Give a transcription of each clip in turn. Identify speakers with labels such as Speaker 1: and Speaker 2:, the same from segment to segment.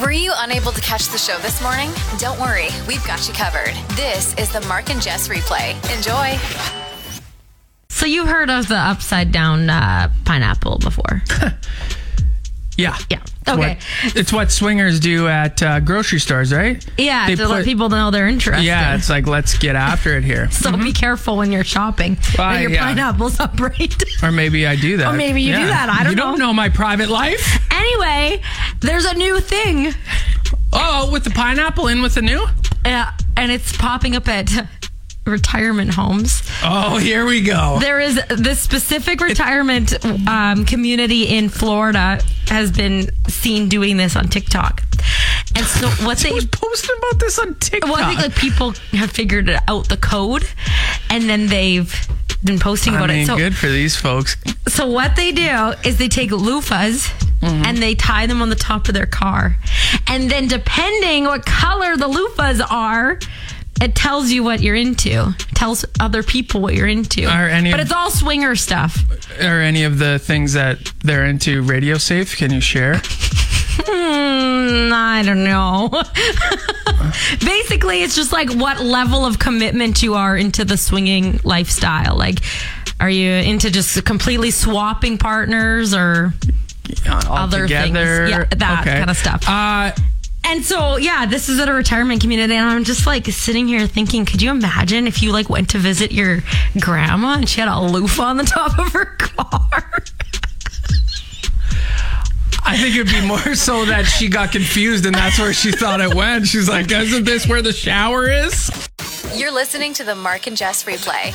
Speaker 1: Were you unable to catch the show this morning? Don't worry, we've got you covered. This is the Mark and Jess replay. Enjoy.
Speaker 2: So you heard of the upside down uh, pineapple before?
Speaker 3: Yeah.
Speaker 2: Yeah.
Speaker 3: It's
Speaker 2: Okay.
Speaker 3: what- it's what swingers do at uh, grocery stores, right?
Speaker 2: Yeah,
Speaker 3: They
Speaker 2: to
Speaker 3: put-
Speaker 2: let people know they're interested.
Speaker 3: Yeah, it's like, let's get after it here.
Speaker 2: so be careful when you're shopping.
Speaker 3: Why,
Speaker 2: that your
Speaker 3: yeah.
Speaker 2: pineapple's upright.
Speaker 3: Or maybe I do that.
Speaker 2: Or maybe you do that. I don't
Speaker 3: You don't
Speaker 2: know.
Speaker 3: know my private life.
Speaker 2: anyway, there's a new thing,
Speaker 3: Oh, with the pineapple in with the new?
Speaker 2: uh, and it's popping up at retirement homes.
Speaker 3: Oh, here we go.
Speaker 2: There is this specific retirement um, community in Florida has been seen doing this on TikTok. And so what
Speaker 3: I
Speaker 2: they
Speaker 3: was posting about this on TikTok.
Speaker 2: Well, I think like people have figured out the code, and then they've been posting
Speaker 3: I
Speaker 2: about
Speaker 3: mean,
Speaker 2: it. So,
Speaker 3: good for these folks.
Speaker 2: so what they do is they take loofahs
Speaker 3: Mm-hmm.
Speaker 2: and they tie them on the top of their car, and then depending what color the loofahs are. It tells you what you're into. Tells other people what you're into.
Speaker 3: Are any
Speaker 2: but
Speaker 3: of-
Speaker 2: it's all swinger stuff.
Speaker 3: Are any of the things that they're into radio safe? Can you share?
Speaker 2: Hmm, I don't know. Basically, it's just like what level of commitment you are into the swinging lifestyle. Like, are you into just completely swapping partners or. Other
Speaker 3: Altogether?
Speaker 2: things. Yeah, that
Speaker 3: Okay.
Speaker 2: kinda stuff.
Speaker 3: Uh,
Speaker 2: And so, yeah, this is at a retirement community. And I'm just like sitting here thinking, could you imagine if you like went to visit your grandma and she had a loofah on the top of her car?
Speaker 3: I think it'd be more so that she got confused and that's where she thought it went. She's like, isn't this where the shower is?
Speaker 1: You're listening to the Mark and Jess replay.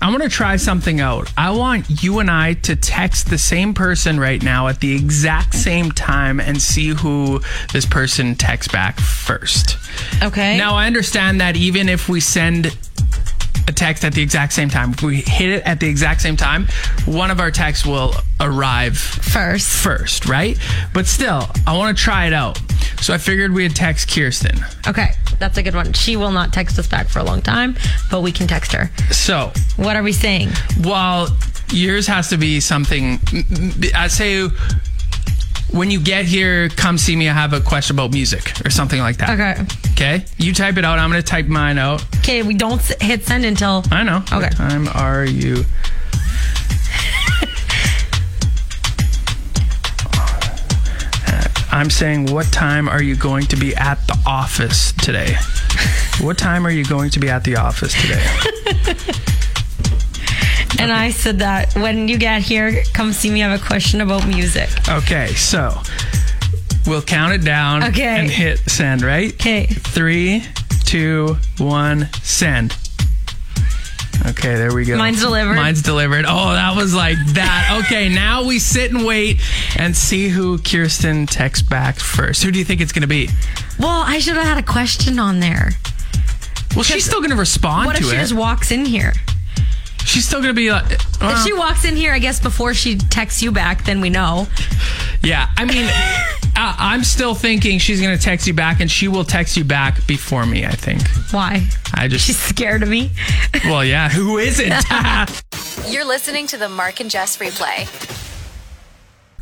Speaker 3: I want to try something out. I want you and I to text the same person right now at the exact same time and see who this person texts back first.
Speaker 2: Okay.
Speaker 3: Now, I understand that even if we send a text at the exact same time, if we hit it at the exact same time, one of our texts will arrive
Speaker 2: first.
Speaker 3: first, right? But still, I want to try it out. So I figured we'd text Kirsten.
Speaker 2: Okay. That's a good one. She will not text us back for a long time, but we can text her.
Speaker 3: So
Speaker 2: What are we saying?
Speaker 3: Well, yours has to be something. I say, when you get here, come see me. I have a question about music or something like that.
Speaker 2: Okay.
Speaker 3: Okay. You type it out. I'm going to type mine out.
Speaker 2: Okay, we don't s- hit send until.
Speaker 3: I know.
Speaker 2: Okay.
Speaker 3: What time are you? I'm saying, what time are you going to be at the office today? what time are you going to be at the office today?
Speaker 2: And I said that when you get here, come see me. I have a question about music.
Speaker 3: Okay, so we'll count it down
Speaker 2: Okay.
Speaker 3: and hit send, right?
Speaker 2: Okay.
Speaker 3: Three, two, one, send. Okay, there we go.
Speaker 2: Mine's delivered.
Speaker 3: Mine's delivered. Oh, that was like that. Okay, now we sit and wait and see who Kirsten texts back first. Who do you think it's going to be?
Speaker 2: Well, I should have had a question on there.
Speaker 3: Well, she's still going to respond
Speaker 2: What
Speaker 3: to
Speaker 2: if she
Speaker 3: it.
Speaker 2: just walks in here?
Speaker 3: she's still going to be like, uh, well,
Speaker 2: If she walks in here, I guess before she texts you back, then we know.
Speaker 3: uh, yeah. I mean, I, I'm still thinking she's going to text you back, and she will text you back before me. I think.
Speaker 2: Why?
Speaker 3: I just
Speaker 2: She's scared of me.
Speaker 3: Well, yeah, who isn't?
Speaker 1: You're listening to the Mark and Jess replay.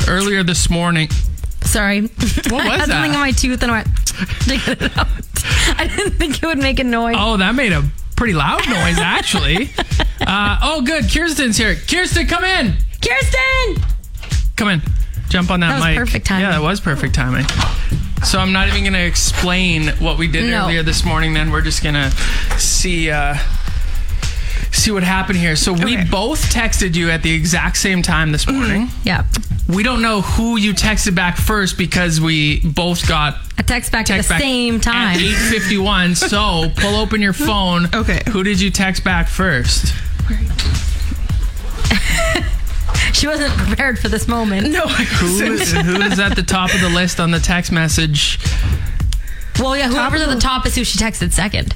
Speaker 3: Earlier this morning,
Speaker 2: Sorry.
Speaker 3: what
Speaker 2: I
Speaker 3: was
Speaker 2: had something in
Speaker 3: that?
Speaker 2: my tooth and I went to get it out. I didn't think it would make a noise.
Speaker 3: Oh, that made a pretty loud noise, actually. uh, oh, good. Kirsten's here. Kirsten, come in.
Speaker 2: Kirsten!
Speaker 3: Come in. Jump on that,
Speaker 2: That was
Speaker 3: mic.
Speaker 2: perfect timing.
Speaker 3: Yeah, that was perfect timing. So I'm not even going to explain what we did
Speaker 2: No.
Speaker 3: earlier this morning. Then we're just going to see. Uh, See what happened here. So we both texted you at the exact same time this morning.
Speaker 2: Yeah.
Speaker 3: We don't know who you texted back first because we both got
Speaker 2: A text back at the same time.
Speaker 3: Eight fifty one. So pull open your phone.
Speaker 4: Okay.
Speaker 3: Who did you text back first?
Speaker 2: She wasn't prepared for this moment.
Speaker 3: No, who is, who is at the top of the list on the text message?
Speaker 2: Well, yeah, whoever's at the top is who she texted second.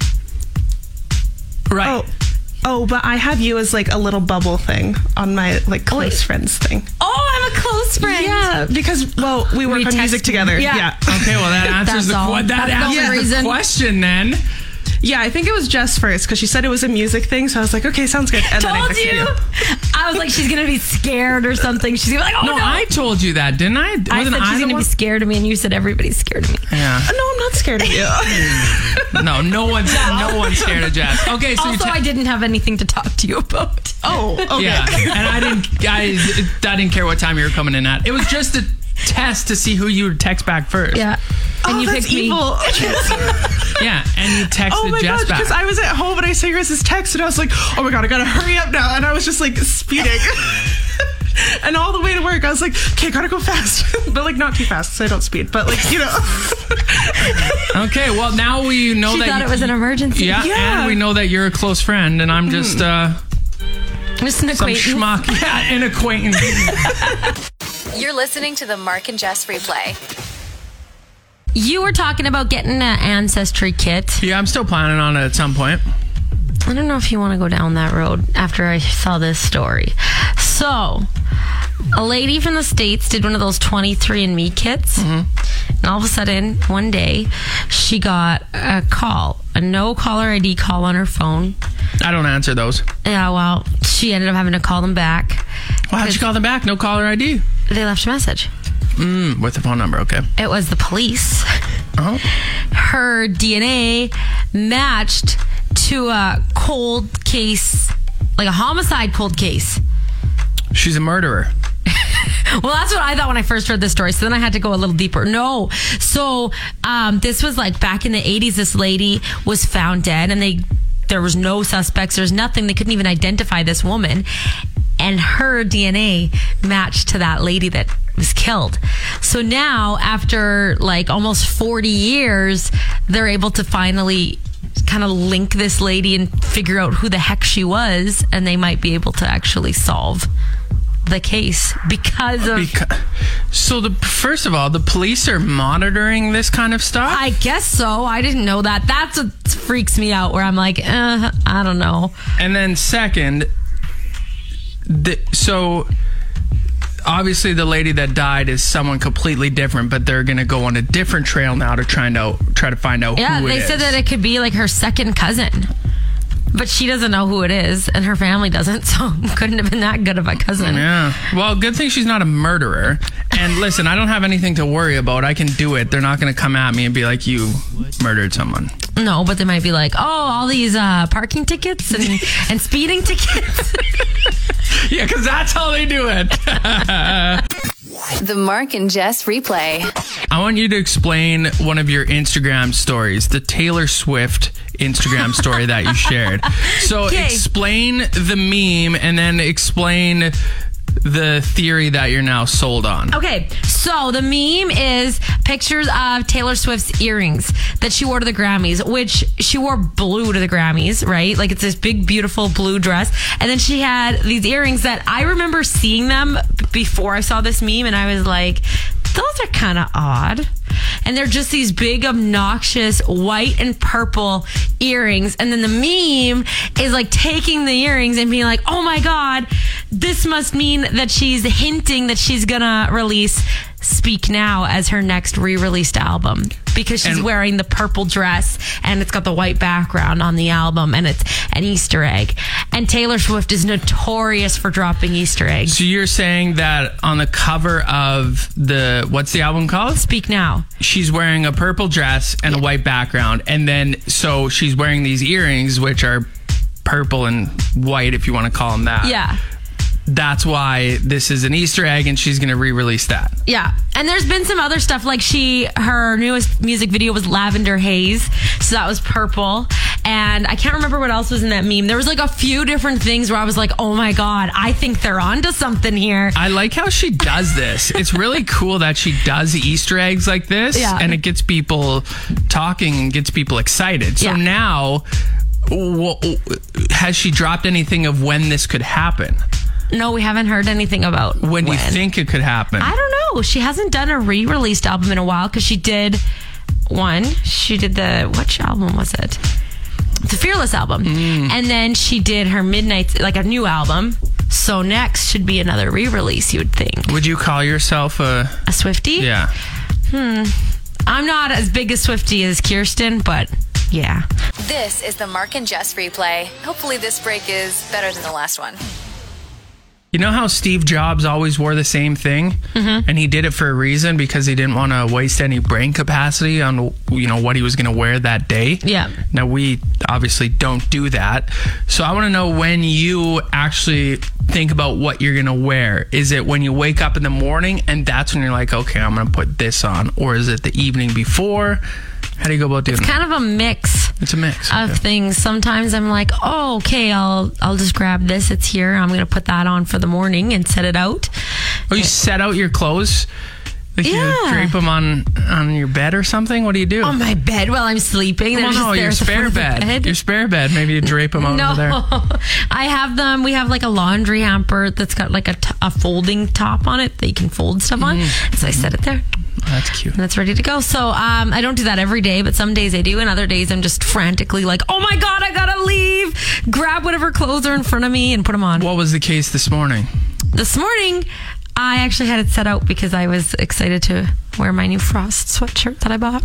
Speaker 3: Right.
Speaker 4: Oh. Oh, but I have you as like a little bubble thing on my like close friends thing.
Speaker 2: Oh, I'm a close friend.
Speaker 4: Yeah, because well, we work
Speaker 2: We
Speaker 4: on
Speaker 2: text-
Speaker 4: music together.
Speaker 2: yeah.
Speaker 3: Okay, well that
Speaker 2: That's
Speaker 3: answers the
Speaker 2: all.
Speaker 3: que- that
Speaker 2: That's the only
Speaker 3: answers the
Speaker 2: reason. Oh,
Speaker 3: question then.
Speaker 4: Yeah, I think it was Jess first because she said it was a music thing, so I was like, okay, sounds good. And I
Speaker 2: Told
Speaker 4: texted
Speaker 2: you. I was like, she's gonna be scared or something. She's gonna be like, oh
Speaker 3: No,
Speaker 2: no.
Speaker 3: I told you that, didn't I?
Speaker 2: I said
Speaker 3: Wasn't
Speaker 2: she's
Speaker 3: the
Speaker 2: gonna be
Speaker 3: one?
Speaker 2: scared of me, and you said everybody's scared of me.
Speaker 3: Yeah.
Speaker 4: No, I'm not scared of you.
Speaker 3: No, no one's no one's scared of Jess. Okay, so you
Speaker 2: also,
Speaker 3: te-
Speaker 2: I didn't have anything to talk to you about.
Speaker 4: oh, okay.
Speaker 3: yeah, and I didn't I, I didn't care what time you were coming in at. It was just a test to see who you would text back first.
Speaker 2: Yeah, and
Speaker 4: Oh,
Speaker 2: you
Speaker 4: that's
Speaker 2: picked me.
Speaker 4: evil.
Speaker 3: yeah, and you texted
Speaker 4: oh my
Speaker 3: Jess
Speaker 4: gosh, because
Speaker 3: back.
Speaker 4: I was at home and I saw your guys' text and I was like, oh my god, I gotta hurry up now, and I was just like speeding. And all the way to work, I was like, okay, gotta go fast. but like, not too fast, so I don't speed. But like, you know.
Speaker 3: okay, well now we know
Speaker 2: She
Speaker 3: that
Speaker 2: thought
Speaker 3: you-
Speaker 2: it was an emergency.
Speaker 3: yeah,
Speaker 4: Yeah.
Speaker 3: and we know that you're a close friend, and I'm just
Speaker 2: Mm-hmm.
Speaker 3: uh,
Speaker 2: just an
Speaker 3: some
Speaker 2: acquaintance.
Speaker 3: schmuck, yeah, an acquaintance.
Speaker 1: You're listening to the Mark and Jess replay.
Speaker 2: You were talking about getting an ancestry kit.
Speaker 3: yeah, I'm still planning on it at some point.
Speaker 2: I don't know if you want to go down that road after I saw this story. So, a lady from the States did one of those 23andMe kits. And all of a sudden, one day, she got a call, a no caller ID call on her phone.
Speaker 3: I don't answer those.
Speaker 2: Yeah, well, she ended up having to call them back.
Speaker 3: Well, how'd you call them back? No caller ID.
Speaker 2: They left a message.
Speaker 3: Mm, with the phone number, okay.
Speaker 2: It was the police.
Speaker 3: Oh.
Speaker 2: her DNA matched to a cold case, like a homicide cold case.
Speaker 3: She's a murderer.
Speaker 2: Well, that's what I thought when I first read this story. So then I had to go a little deeper. No. So um, this was like back in the 80s, this lady was found dead and they there was no suspects. There's nothing. They couldn't even identify this woman. And her DNA matched to that lady that was killed. So now, after like almost 40 years, they're able to finally kind of link this lady and figure out who the heck she was. And they might be able to actually solve the case because of
Speaker 3: Beca- so the first of all, the police are monitoring this kind of stuff.
Speaker 2: I guess so. I didn't know that. That's what freaks me out. Where I'm like, uh, I don't know.
Speaker 3: And then second, the, so obviously the lady that died is someone completely different, but they're gonna go on a different trail now to try and out, try to find out.
Speaker 2: Yeah,
Speaker 3: who
Speaker 2: they
Speaker 3: it
Speaker 2: said
Speaker 3: is.
Speaker 2: that it could be like her second cousin, but she doesn't know who it is, and her family doesn't. So couldn't have been that good of a cousin.
Speaker 3: Yeah. Well, good thing she's not a murderer. And listen, I don't have anything to worry about. I can do it. They're not going to come at me and be like, you murdered someone.
Speaker 2: No, but they might be like, oh, all these uh, parking tickets and and speeding tickets.
Speaker 3: Yeah, because that's how they do it.
Speaker 1: The Mark and Jess replay.
Speaker 3: I want you to explain one of your Instagram stories, the Taylor Swift Instagram story that you shared. So
Speaker 2: Okay.
Speaker 3: explain the meme and then explain the theory that you're now sold on.
Speaker 2: Okay, so the meme is pictures of Taylor Swift's earrings that she wore to the Grammys, which she wore blue to the Grammys, right? Like it's this big, beautiful blue dress. And then she had these earrings that I remember seeing them b- before I saw this meme, and I was like, those are kind of odd. And they're just these big, obnoxious white and purple earrings. And then the meme is like taking the earrings and being like, oh my God, this must mean that she's hinting that she's gonna release Speak Now as her next re released album because she's
Speaker 3: And-
Speaker 2: wearing the purple dress and it's got the white background on the album and it's an Easter egg. And Taylor Swift is notorious for dropping Easter eggs.
Speaker 3: So you're saying that on the cover of the what's the album called?
Speaker 2: Speak Now.
Speaker 3: She's wearing a purple dress and a white background and then so she's wearing these earrings which are purple and white if you want to call them that.
Speaker 2: Yeah.
Speaker 3: That's why this is an Easter egg and she's going to re-release that.
Speaker 2: Yeah. And there's been some other stuff like she her newest music video was Lavender Haze, so that was purple. And I can't remember what else was in that meme. There was like a few different things where I was like, "Oh my god, I think they're onto something here."
Speaker 3: I like how she does this. It's really cool that she does Easter eggs like this,
Speaker 2: Yeah.
Speaker 3: and it gets people talking and gets people excited. So
Speaker 2: Yeah.
Speaker 3: now, wh- has she dropped anything of when this could happen?
Speaker 2: No, we haven't heard anything about
Speaker 3: When do you think it could happen?
Speaker 2: I don't know. She hasn't done a re-released album in a while because she did one. She did the which album was it? The Fearless album, and then she did her Midnight's like a new album. So next should be another re-release. You would think
Speaker 3: Would you call yourself a
Speaker 2: a Swifty.
Speaker 3: yeah?
Speaker 2: I'm not as big a Swifty as Kirsten, but yeah.
Speaker 1: This is the Mark and Jess replay. Hopefully, this break is better than the last one.
Speaker 3: You know how Steve Jobs always wore the same thing,
Speaker 2: Mm-hmm.
Speaker 3: and he did it for a reason because he didn't want to waste any brain capacity on you know what he was going to wear that day.
Speaker 2: Yeah.
Speaker 3: Now we obviously don't do that, so I want to know when you actually think about what you're going to wear. Is it when you wake up in the morning and that's when you're like, okay, I'm going to put this on, or is it the evening before? How do you go about doing it?
Speaker 2: Kind of a mix.
Speaker 3: it's a mix.
Speaker 2: of
Speaker 3: Okay.
Speaker 2: things. Sometimes I'm like, oh, okay, I'll I'll just grab this. It's here. I'm gonna put that on for the morning and set it out.
Speaker 3: Oh, you set out your clothes? Like you
Speaker 2: Yeah.
Speaker 3: drape them on on your bed or something? What do you do?
Speaker 2: On my bed while I'm sleeping. They're
Speaker 3: well,
Speaker 2: just
Speaker 3: no,
Speaker 2: there
Speaker 3: oh,
Speaker 2: at
Speaker 3: your
Speaker 2: the foot
Speaker 3: spare
Speaker 2: of the
Speaker 3: bed. Your spare bed. Maybe you drape them out
Speaker 2: no,
Speaker 3: over there.
Speaker 2: I have them. We have like a laundry hamper that's got like a, t- a folding top on it that you can fold stuff on.
Speaker 3: Mm-hmm.
Speaker 2: So I set it there.
Speaker 3: That's cute.
Speaker 2: and it's ready to go. So um, I don't do that every day, but some days I do, and other days I'm just frantically like, "Oh my god, I gotta leave!" Grab whatever clothes are in front of me and put them on.
Speaker 3: What was the case this morning?
Speaker 2: This morning, I actually had it set out because I was excited to wear my new frost sweatshirt that I bought.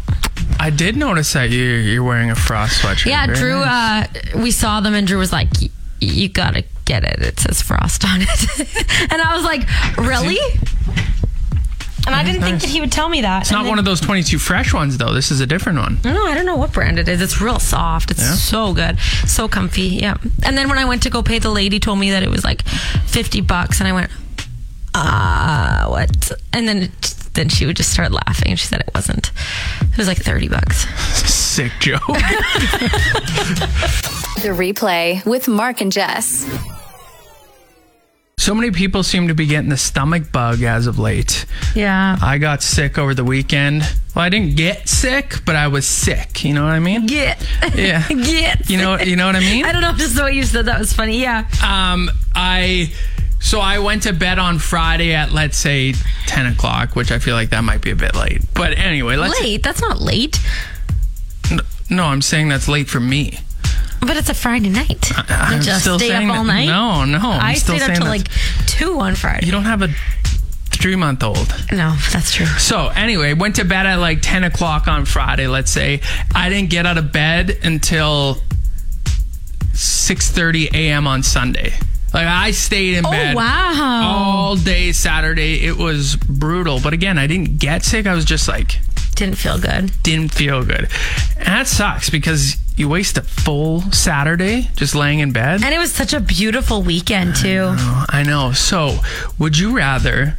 Speaker 3: I did notice that you you're wearing a frost sweatshirt.
Speaker 2: Yeah,
Speaker 3: Very
Speaker 2: Drew.
Speaker 3: nice.
Speaker 2: Uh, we saw them, and Drew was like, "Y- "You gotta get it. It says frost on it," and I was like, "Really?" And I didn't think
Speaker 3: nice.
Speaker 2: that he would tell me that.
Speaker 3: it's not one of those 22 fresh ones though. This is a different one.
Speaker 2: No, I don't know what brand it is. It's real soft. It's
Speaker 3: Yeah?
Speaker 2: so good. So comfy. Yeah. And then when I went to go pay, the lady told me that it was like 50 bucks. And I went, ah, what? And then, then she would just start laughing. She said it wasn't. It was like 30 bucks.
Speaker 3: Sick joke.
Speaker 1: The replay with Mark and Jess.
Speaker 3: so many people seem to be getting the stomach bug as of late.
Speaker 2: Yeah.
Speaker 3: I got sick over the weekend. Well, I didn't get sick, but I was sick. You know what I mean?
Speaker 2: Get.
Speaker 3: Yeah.
Speaker 2: Get.
Speaker 3: You know, you know what I mean?
Speaker 2: I don't know. Just the way you said that was funny. Yeah.
Speaker 3: um, I so I went to bed on Friday at let's say ten o'clock, which I feel like that might be a bit late. But anyway, let's
Speaker 2: Late. That's not late,
Speaker 3: N- No, I'm saying that's late for me.
Speaker 2: but it's a Friday night.
Speaker 3: I'm
Speaker 2: just stay up
Speaker 3: saying
Speaker 2: all
Speaker 3: that-
Speaker 2: night.
Speaker 3: No, no, I'm
Speaker 2: I
Speaker 3: still
Speaker 2: stayed up
Speaker 3: saying
Speaker 2: till
Speaker 3: that's-
Speaker 2: like two on Friday.
Speaker 3: You don't have a three month old.
Speaker 2: No, that's true.
Speaker 3: So anyway, went to bed at like ten o'clock on Friday. Let's say I didn't get out of bed until six thirty a.m. on Sunday. Like I stayed in bed.
Speaker 2: Oh, wow.
Speaker 3: All day Saturday, it was brutal. But again, I didn't get sick. I was just like
Speaker 2: Didn't feel good.
Speaker 3: didn't feel good, and that sucks because you waste a full Saturday just laying in bed.
Speaker 2: And it was such a beautiful weekend too.
Speaker 3: I know. So, would you rather,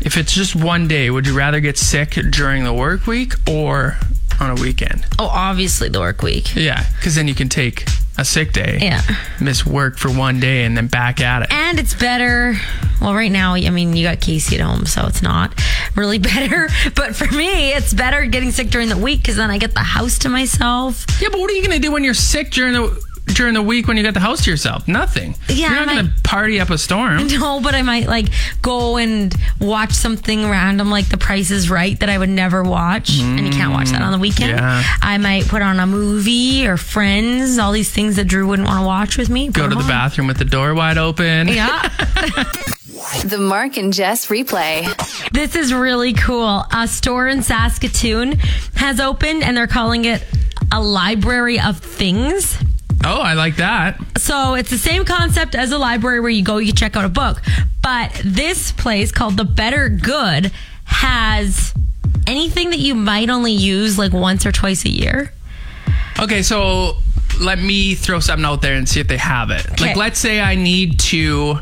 Speaker 3: if it's just one day, would you rather get sick during the work week or on a weekend?
Speaker 2: Oh, obviously the work week.
Speaker 3: Yeah, because then you can take a sick day,
Speaker 2: Yeah.
Speaker 3: miss work for one day, and then back at it.
Speaker 2: And it's better. Well, right now, I mean, you got Casey at home, so it's not really better. But for me, it's better getting sick during the week because then I get the house to myself.
Speaker 3: yeah, but what are you gonna do when you're sick during the during the week when you got the house to yourself? Nothing.
Speaker 2: Yeah,
Speaker 3: you're not
Speaker 2: I
Speaker 3: gonna party up a storm.
Speaker 2: No, but I might like go and watch something random like The Price is Right that I would never watch. and you can't watch that on the weekend.
Speaker 3: Mm, yeah.
Speaker 2: I might put on a movie or Friends, all these things that Drew wouldn't want to watch with me.
Speaker 3: Go to the bathroom with the door wide open.
Speaker 2: Yeah.
Speaker 1: The Mark and Jess replay.
Speaker 2: This is really cool. A store in Saskatoon has opened and they're calling it a library of things.
Speaker 3: Oh, I like that.
Speaker 2: So it's the same concept as a library where you go, you check out a book. But this place called The Better Good has anything that you might only use like once or twice a year.
Speaker 3: Okay, so let me throw something out there and see if they have it. Like,
Speaker 2: Okay.
Speaker 3: let's say I need to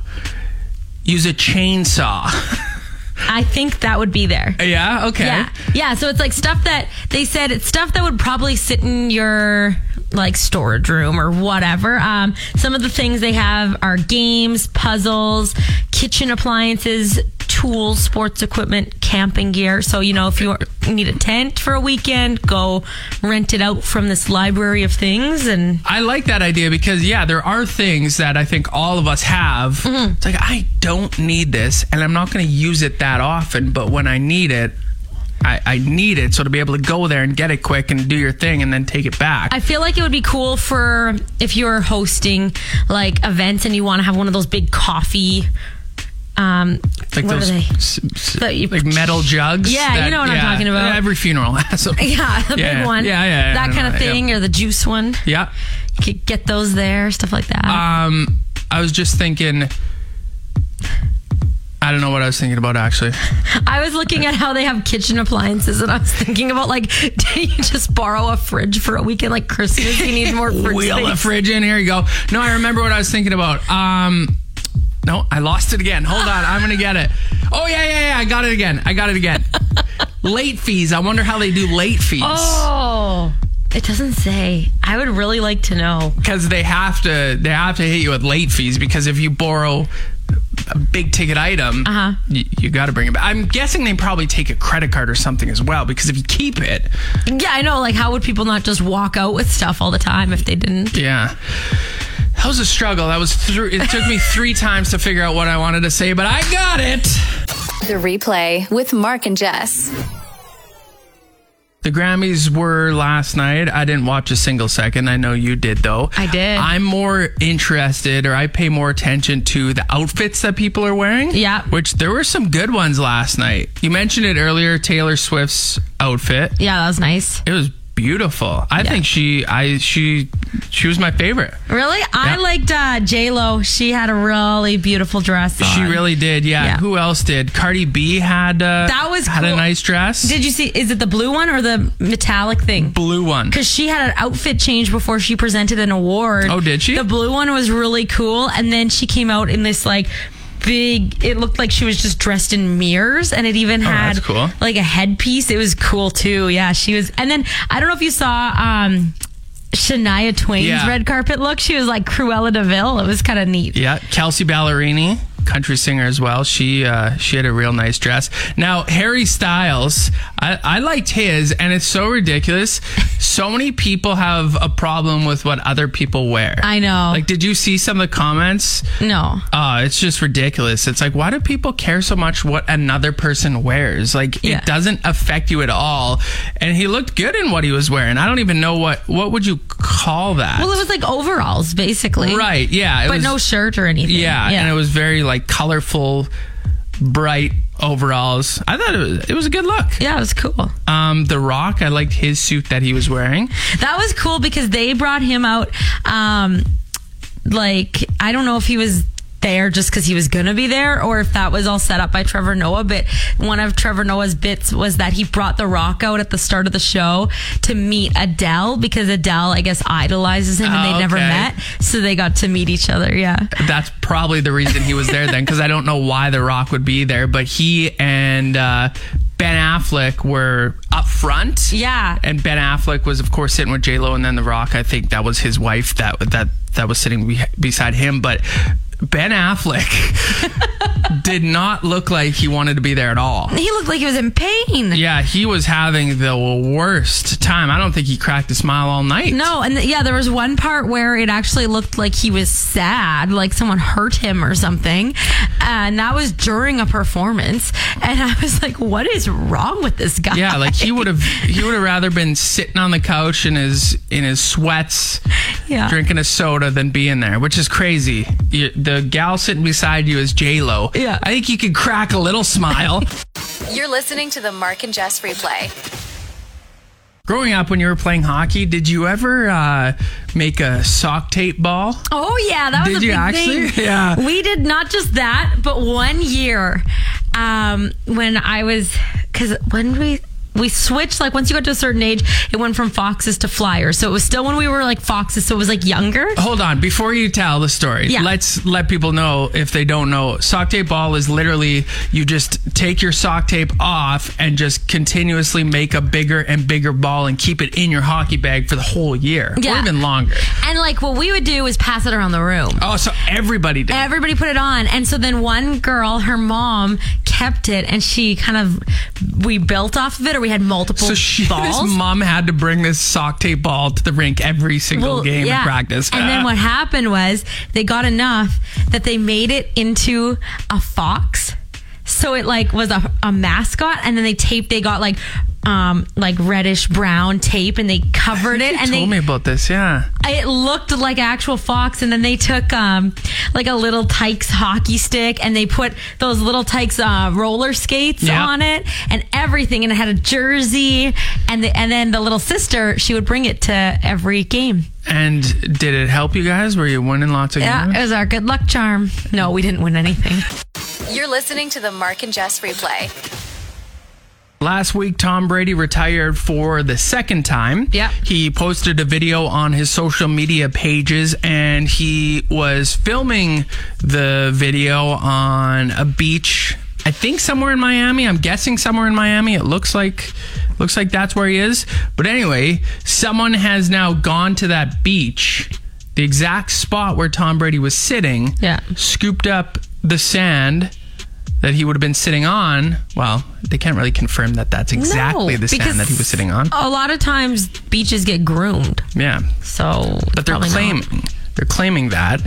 Speaker 3: use a chainsaw.
Speaker 2: I think that would be there.
Speaker 3: yeah, okay.
Speaker 2: Yeah. Yeah. So it's like stuff that they said it's stuff that would probably sit in your like storage room or whatever. Um, some of the things they have are games, puzzles, kitchen appliances, tools, sports equipment, camping gear. So, you know, if you need a tent for a weekend, go rent it out from this library of things. And
Speaker 3: I like that idea because yeah, there are things that I think all of us have.
Speaker 2: Mm-hmm.
Speaker 3: It's like I don't need this, and I'm not going to use it that often. But when I need it, I, I need it. So to be able to go there and get it quick and do your thing and then take it back.
Speaker 2: I feel like it would be cool for if you're hosting like events and you want to have one of those big coffee. Um,
Speaker 3: like
Speaker 2: what
Speaker 3: those
Speaker 2: are they?
Speaker 3: s- s-
Speaker 2: That you-
Speaker 3: like metal jugs.
Speaker 2: Yeah, you know what I'm talking about.
Speaker 3: Every funeral has them.
Speaker 2: Yeah, the
Speaker 3: Yeah,
Speaker 2: big one.
Speaker 3: yeah, yeah, yeah, I
Speaker 2: that
Speaker 3: know
Speaker 2: kind of
Speaker 3: that, yeah.
Speaker 2: thing, or the juice one.
Speaker 3: Yeah.
Speaker 2: You could get those there, stuff like that.
Speaker 3: Um, I was just thinking. I don't know what I was thinking about actually.
Speaker 2: I was looking at how they have kitchen appliances, and I was thinking about like, do you just borrow a fridge for a weekend, like Christmas? You need more fridge
Speaker 3: Wheel
Speaker 2: space.
Speaker 3: the fridge in. Here you go. No, I remember what I was thinking about. Um, no, I lost it again. Hold on, I'm gonna get it. Oh yeah, yeah, yeah. I got it again. I got it again. late fees. I wonder how they do late fees
Speaker 2: Oh, it doesn't say. I would really like to know.
Speaker 3: because they have to they have to hit you with late fees because if you borrow a big ticket item,
Speaker 2: Uh-huh.
Speaker 3: you, you got to bring it back. I'm guessing they probably take a credit card or something as well because if you keep it,
Speaker 2: Yeah, I know. Like, how would people not just walk out with stuff all the time if they didn't?
Speaker 3: Yeah. That was a struggle. That was thr it took me three times to figure out what I wanted to say, but I got it.
Speaker 1: The replay with Mark and Jess.
Speaker 3: The Grammys were last night. I didn't watch a single second. I know you did though.
Speaker 2: I did.
Speaker 3: I'm more interested or I pay more attention to the outfits that people are wearing.
Speaker 2: Yeah.
Speaker 3: Which there were some good ones last night. You mentioned it earlier, Taylor Swift's outfit.
Speaker 2: Yeah, that was nice.
Speaker 3: It was beautiful. I think she I she she was my favorite.
Speaker 2: Really, I
Speaker 3: Yeah.
Speaker 2: liked uh, J Lo. She had a really beautiful dress.
Speaker 3: She
Speaker 2: on.
Speaker 3: really did, yeah.
Speaker 2: Yeah.
Speaker 3: Who else did? Cardi B had uh,
Speaker 2: That was
Speaker 3: had a
Speaker 2: cool.
Speaker 3: nice dress.
Speaker 2: Did you see? Is it the blue one or the metallic thing?
Speaker 3: blue one.
Speaker 2: because she had an outfit change before she presented an award.
Speaker 3: Oh, did she?
Speaker 2: The blue one was really cool, and then she came out in this like big. It looked like she was just dressed in mirrors, and it even had
Speaker 3: Oh, that's cool.
Speaker 2: like a headpiece. It was cool too. Yeah, she was. And then I don't know if you saw. um Shania Twain's
Speaker 3: Yeah.
Speaker 2: red carpet look. She was like Cruella Deville. It was kind of neat.
Speaker 3: Yeah, Kelsey Ballerini, country singer as well. She uh, she had a real nice dress. Now Harry Styles, I, I liked his, and it's so ridiculous. So many people have a problem with what other people wear.
Speaker 2: I know.
Speaker 3: Like, did you see some of the comments?
Speaker 2: no.
Speaker 3: Oh, it's just ridiculous. It's like, why do people care so much what another person wears? Like,
Speaker 2: Yeah.
Speaker 3: it doesn't affect you at all. And he looked good in what he was wearing. I don't even know what what would you call that.
Speaker 2: Well, it was like overalls, basically.
Speaker 3: right. Yeah. It
Speaker 2: But
Speaker 3: was,
Speaker 2: no shirt or anything.
Speaker 3: Yeah, and it was very like colorful, bright overalls. I thought it was it was a good look.
Speaker 2: yeah, it was cool.
Speaker 3: Um, The Rock, I liked his suit that he was wearing.
Speaker 2: That was cool because they brought him out. Um, like I don't know if he was there just because he was gonna be there, or if that was all set up by Trevor Noah. But one of Trevor Noah's bits was that he brought The Rock out at the start of the show to meet Adele because Adele, I guess, idolizes him and
Speaker 3: Oh,
Speaker 2: they never
Speaker 3: okay.
Speaker 2: met, so they got to meet each other. Yeah,
Speaker 3: That's probably the reason he was there then, because I don't know why The Rock would be there, but he and uh, Ben Affleck were up front.
Speaker 2: Yeah.
Speaker 3: and Ben Affleck was, of course, sitting with J Lo, and then The Rock. I think that was his wife that that that was sitting be- beside him, but. Ben Affleck did not look like he wanted to be there at all.
Speaker 2: he looked like he was in pain.
Speaker 3: Yeah, he was having the worst time. I don't think he cracked a smile all night.
Speaker 2: No, and th- yeah, there was one part where it actually looked like he was sad, like someone hurt him or something. And that was during a performance. And I was like, what is wrong with this guy?
Speaker 3: Yeah, like he would have he would have rather been sitting on the couch in his in his sweats,
Speaker 2: Yeah.
Speaker 3: drinking a soda than being there, which is crazy. You, the gal sitting beside you is J Lo.
Speaker 2: Yeah.
Speaker 3: I think you could crack a little smile.
Speaker 1: You're listening to the Mark and Jess replay.
Speaker 3: Growing up, when you were playing hockey, did you ever uh, make a sock tape ball?
Speaker 2: Oh yeah, that was
Speaker 3: Did
Speaker 2: a
Speaker 3: you
Speaker 2: big
Speaker 3: actually?
Speaker 2: thing.
Speaker 3: Yeah.
Speaker 2: We did not just that, but one year, um, when I was, because when we we switched like once you got to a certain age, it went from foxes to flyers. So it was still when we were like foxes, so it was like younger.
Speaker 3: Hold on, before you tell the story,
Speaker 2: Yeah.
Speaker 3: let's let people know if they don't know. Sock tape ball is literally you just take your sock tape off and just continuously make a bigger and bigger ball and keep it in your hockey bag for the whole year or
Speaker 2: Yeah.
Speaker 3: even longer.
Speaker 2: And like what we would do is pass it around the room.
Speaker 3: Oh, so everybody did.
Speaker 2: Everybody put it on. And so then one girl, her mom kept it and she kind of, we built off of it or we had multiple
Speaker 3: so she,
Speaker 2: balls.
Speaker 3: his mom had to bring this sock tape ball to the rink every single
Speaker 2: Well,
Speaker 3: game
Speaker 2: yeah.
Speaker 3: of practice. Ah,
Speaker 2: And then what happened was they got enough that they made it into a fox. So it like was a, a mascot, and then they taped. They got like um like reddish brown tape, and they covered it, and
Speaker 3: Told
Speaker 2: they
Speaker 3: me about this, yeah.
Speaker 2: it looked like actual fox. And then they took um like a little Tykes hockey stick, and they put those little Tykes uh, roller skates
Speaker 3: Yeah.
Speaker 2: on it, and everything, and it had a jersey, and the, and then the little sister she would bring it to every game.
Speaker 3: And did it help you guys? Were you winning lots of
Speaker 2: Yeah,
Speaker 3: games?
Speaker 2: it was our good luck charm. No, we didn't win anything.
Speaker 1: You're listening to the Mark and Jess replay.
Speaker 3: Last week, Tom Brady retired for the second time.
Speaker 2: Yeah.
Speaker 3: He posted a video on his social media pages and he was filming the video on a beach. I think somewhere in Miami. I'm guessing somewhere in Miami. It looks like looks like that's where he is. But anyway, someone has now gone to that beach, the exact spot where Tom Brady was sitting.
Speaker 2: Yeah.
Speaker 3: Scooped up the sand that he would have been sitting on. Well, they can't really confirm that that's exactly
Speaker 2: No,
Speaker 3: the
Speaker 2: because Oh.
Speaker 3: sand that he was sitting on.
Speaker 2: A lot of times beaches get groomed,
Speaker 3: Yeah,
Speaker 2: so
Speaker 3: but they're
Speaker 2: probably not.
Speaker 3: claiming they're claiming that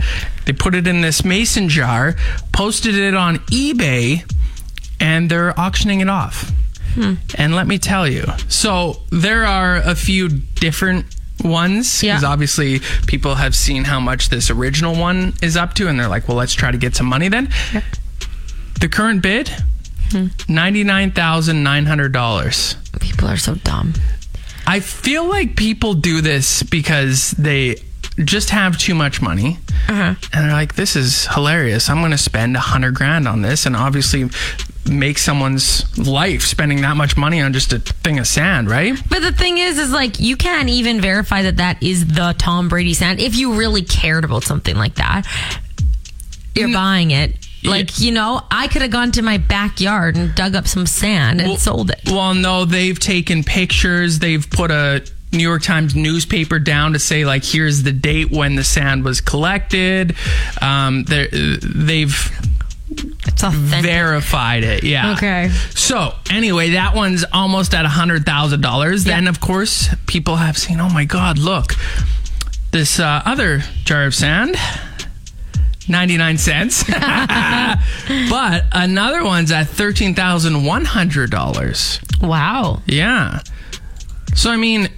Speaker 3: they put it in this mason jar, posted it on eBay, and they're auctioning it off.
Speaker 2: Hmm.
Speaker 3: And let me tell you, so there are a few different ones
Speaker 2: Yeah.
Speaker 3: because obviously people have seen how much this original one is up to, and they're like, well, let's try to get some money then. The current bid.
Speaker 2: Hmm.
Speaker 3: $99,900.
Speaker 2: people are so dumb.
Speaker 3: I feel like people do this because they just have too much money. And they're like, this is hilarious. I'm going to spend a hundred grand on this and obviously make someone's life spending that much money on just a thing of sand, right?
Speaker 2: But the thing is, is like you can't even verify that that is the Tom Brady sound. If you really cared about something like that,
Speaker 3: Mm.
Speaker 2: you're buying it. Like you know, I could have gone to my backyard and dug up some sand and sold it.
Speaker 3: Well, no, they've taken pictures. They've put a New York Times newspaper down to say like, here's the date when the sand was collected. Um, they're- they've
Speaker 2: It's authentic.
Speaker 3: verified it. Yeah.
Speaker 2: Okay.
Speaker 3: So anyway, that one's almost at a hundred thousand dollars. Then of course people have seen. Oh my God! Look, this uh, other jar of sand. 99 cents. but another one's at $13,100.
Speaker 2: wow,
Speaker 3: Yeah. So, I mean,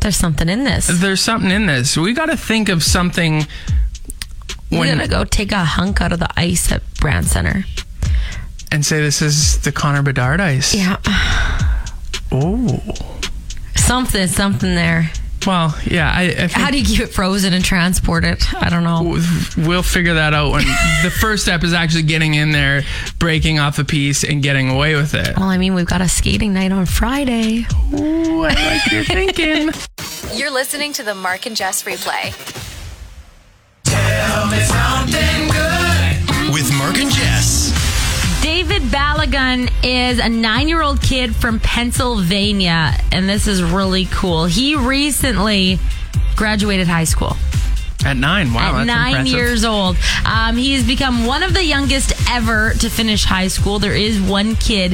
Speaker 2: there's something in this.
Speaker 3: there's something in this. We got to think of something
Speaker 2: We're
Speaker 3: when,
Speaker 2: gonna go take a hunk out of the ice at Brand Center.
Speaker 3: and say this is the Connor Bedard ice.
Speaker 2: Yeah.
Speaker 3: Oh.
Speaker 2: Something, something there.
Speaker 3: Well, yeah. I, I think
Speaker 2: How do you keep it frozen and transport it? I don't know.
Speaker 3: We'll figure that out when the first step is actually getting in there, breaking off a piece, and getting away with it.
Speaker 2: Well, I mean, we've got a skating night on Friday.
Speaker 3: Ooh, I like your thinking.
Speaker 1: You're listening to the Mark and Jess replay.
Speaker 5: With Mark and Jess.
Speaker 2: David Balagun is a nine year old kid from Pennsylvania, and this is really cool. He recently graduated high school.
Speaker 3: At nine, wow,
Speaker 2: at
Speaker 3: Oh, that's
Speaker 2: nine
Speaker 3: impressive.
Speaker 2: years old. Um, he has become one of the youngest ever to finish high school. There is one kid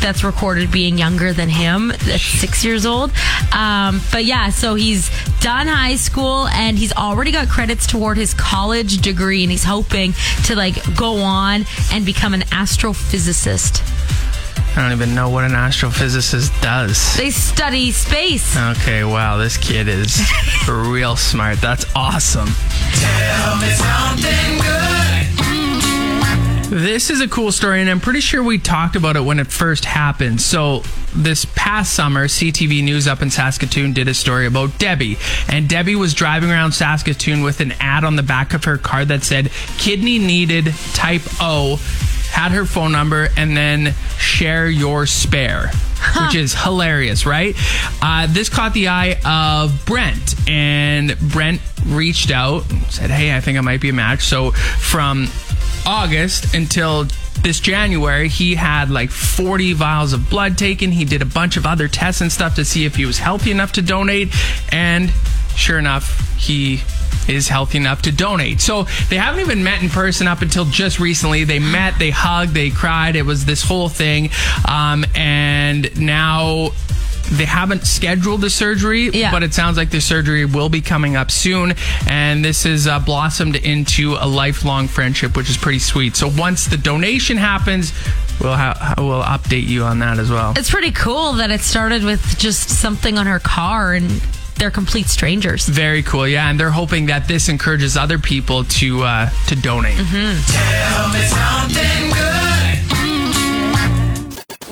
Speaker 2: that's recorded being younger than him that's six years old um, but yeah so he's done high school and he's already got credits toward his college degree and he's hoping to like go on and become an astrophysicist
Speaker 3: I don't even know what an astrophysicist does.
Speaker 2: they study space
Speaker 3: Okay, wow, this kid is real smart. That's awesome. This is a cool story, and I'm pretty sure we talked about it when it first happened. So, this past summer, CTV News up in Saskatoon did a story about Debbie. And Debbie was driving around Saskatoon with an ad on the back of her car that said kidney needed type O, had her phone number, and then share your spare. which is hilarious, right? Uh, this caught the eye of Brent, and Brent reached out and said, Hey, I think I might be a match. So from August until this January, he had like 40 vials of blood taken. He did a bunch of other tests and stuff to see if he was healthy enough to donate. And sure enough, he is healthy enough to donate. So they haven't even met in person up until just recently. They met, they hugged, they cried. It was this whole thing. Um, and now they haven't scheduled the surgery,
Speaker 2: Yeah.
Speaker 3: but it sounds like the surgery will be coming up soon. And this has uh, blossomed into a lifelong friendship, which is pretty sweet. So once the donation happens, we'll, ha- we'll update you on that as well.
Speaker 2: It's pretty cool that it started with just something on her car and they're complete strangers.
Speaker 3: Very cool, yeah, and they're hoping that this encourages other people to uh, to donate.